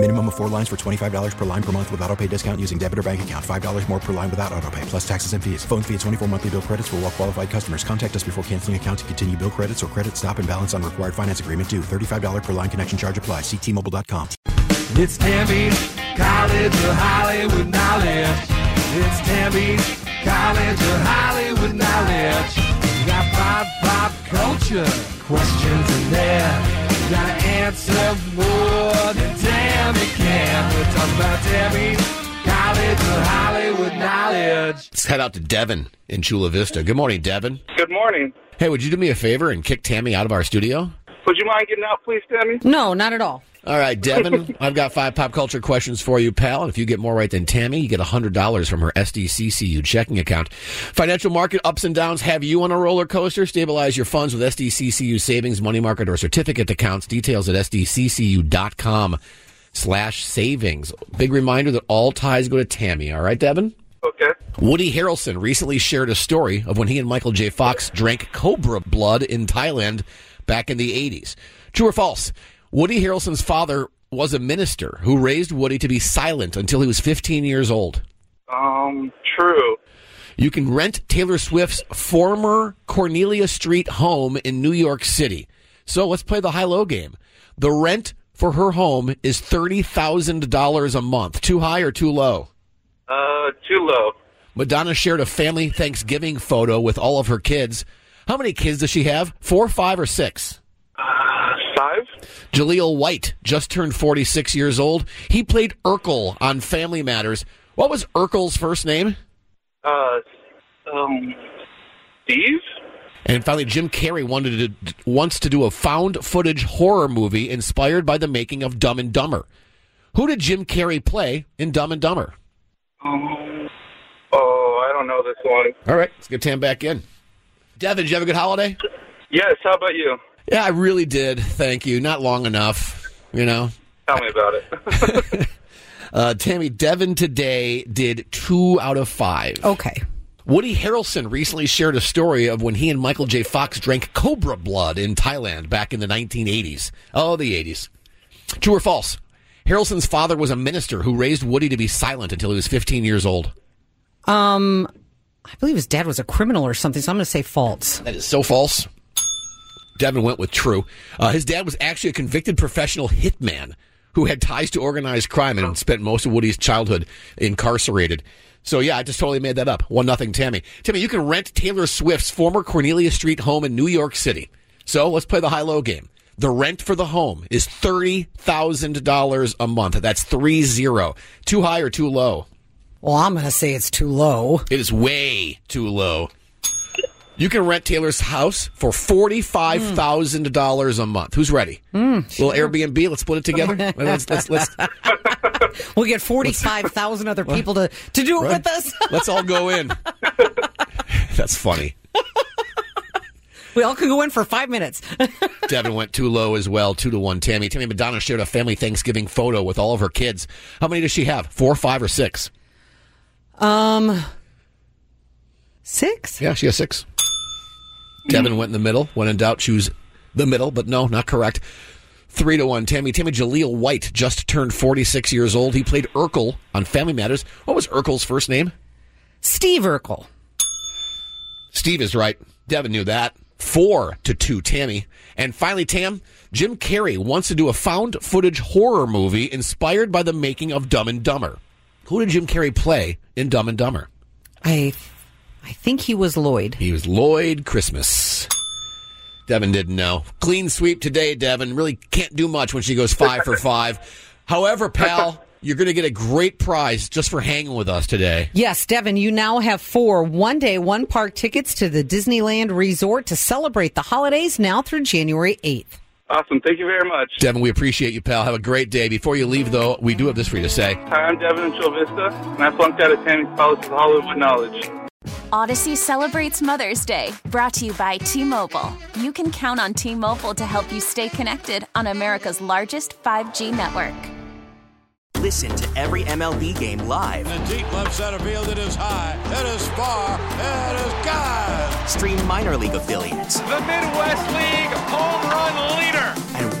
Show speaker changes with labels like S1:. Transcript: S1: Minimum of four lines for $25 per line per month with auto pay discount using debit or bank account. $5 more per line without auto pay, plus taxes and fees. Phone fee at 24 monthly bill credits for all well qualified customers. Contact us before canceling account to continue bill credits or credit stop and balance on required finance agreement due. $35 per line connection charge applies. Ctmobile.com.
S2: It's Tammy's College of Hollywood Knowledge. It's Tammy's College of Hollywood Knowledge. We got pop, pop culture questions in there. We gotta answer more than Tammy can. We're talking about Tammy's College of Hollywood Knowledge.
S3: Let's head out to Devin in Chula Vista. Good morning, Devin.
S4: Good morning.
S3: Hey, would you do me a favor and kick Tammy out of our studio?
S4: Would you mind getting out, please, Tammy?
S5: No, not at all.
S3: All right, Devin, I've got five pop culture questions for you, pal. And if you get more right than Tammy, you get $100 from her SDCCU checking account. Financial market ups and downs have you on a roller coaster. Stabilize your funds with SDCCU savings, money market, or certificate accounts. Details at sdccu.com slash savings. Big reminder that all ties go to Tammy. All right, Devin?
S4: Okay.
S3: Woody Harrelson recently shared a story of when he and Michael J. Fox drank cobra blood in Thailand back in the 80s. True or false? Woody Harrelson's father was a minister who raised Woody to be silent until he was 15 years old.
S4: Um, true.
S3: You can rent Taylor Swift's former Cornelia Street home in New York City. So let's play the high low game. The rent for her home is $30,000 a month. Too high or too low?
S4: Uh, too low.
S3: Madonna shared a family Thanksgiving photo with all of her kids. How many kids does she have? Four, five, or six?
S4: Uh, five?
S3: Jaleel White just turned 46 years old. He played Urkel on Family Matters. What was Urkel's first name?
S4: Uh, um, Steve?
S3: And finally, Jim Carrey wanted to, wants to do a found footage horror movie inspired by the making of Dumb and Dumber. Who did Jim Carrey play in Dumb and Dumber?
S4: Um, oh, I don't know this one.
S3: All right, let's get Tam back in. Devin, did you have a good holiday?
S4: Yes, how about you?
S3: Yeah, I really did. Thank you. Not long enough, you know.
S4: Tell me about it.
S3: Uh, Tammy, Devin today did two out of five.
S5: Okay.
S3: Woody Harrelson recently shared a story of when he and Michael J. Fox drank cobra blood in Thailand back in the 1980s. Oh, the 80s. True or false? Harrelson's father was a minister who raised Woody to be silent until he was 15 years old.
S5: Um, I believe his dad was a criminal or something, so I'm going to say false.
S3: That is so false. Devin went with true. Uh, his dad was actually a convicted professional hitman who had ties to organized crime and spent most of Woody's childhood incarcerated. So yeah, I just totally made that up. One nothing, Tammy. Tammy, you can rent Taylor Swift's former Cornelia Street home in New York City. So let's play the high low game. The rent for the home is thirty thousand dollars a month. That's three zero. Too high or too low?
S5: Well, I'm going to say it's too low.
S3: It is way too low. You can rent Taylor's house for forty-five thousand dollars a month. Who's ready? Little Airbnb. Let's split it together. let's, let's, let's,
S5: We'll get 45,000 other people to, to do it
S3: Right.
S5: with us.
S3: let's all go in. That's funny.
S5: We all can go in for five minutes.
S3: Devin went too low as well, two to one. Tammy, Tammy Madonna shared a family Thanksgiving photo with all of her kids. How many does she have? Four, five, or six?
S5: Um, six?
S3: Yeah, she has six. Devin went in the middle. When in doubt, choose the middle, but no, not correct. Three to one. Tammy, Tammy Jaleel White just turned 46 years old. He played Urkel on Family Matters. What was Urkel's first name?
S5: Steve Urkel.
S3: Steve is right. Devin knew that. Four to two, Tammy. And finally, Tam, Jim Carrey wants to do a found footage horror movie inspired by the making of Dumb and Dumber. Who did Jim Carrey play in Dumb and Dumber?
S5: I, I think he was Lloyd.
S3: He was Lloyd Christmas. Devin didn't know. Clean sweep today, Devin. Really can't do much when she goes five for five. However, pal, you're going to get a great prize just for hanging with us today.
S5: Yes, Devin, you now have four one day, one park tickets to the Disneyland Resort to celebrate the holidays now through January 8th.
S4: awesome. Thank you very much.
S3: Devin, we appreciate you, pal. Have a great day. Before you leave, though, we do have this for you to say.
S4: Hi, I'm Devin in Chula Vista, and I flunked out of Tammy's College of Hollywood Knowledge.
S6: Odyssey celebrates Mother's Day, brought to you by T Mobile. You can count on T Mobile to help you stay connected on America's largest 5G network.
S7: Listen to every MLB game live.
S8: In the deep left center field, it is high, it is far, it is gone.
S7: Stream minor league affiliates
S9: The Midwest League home run leader.
S7: and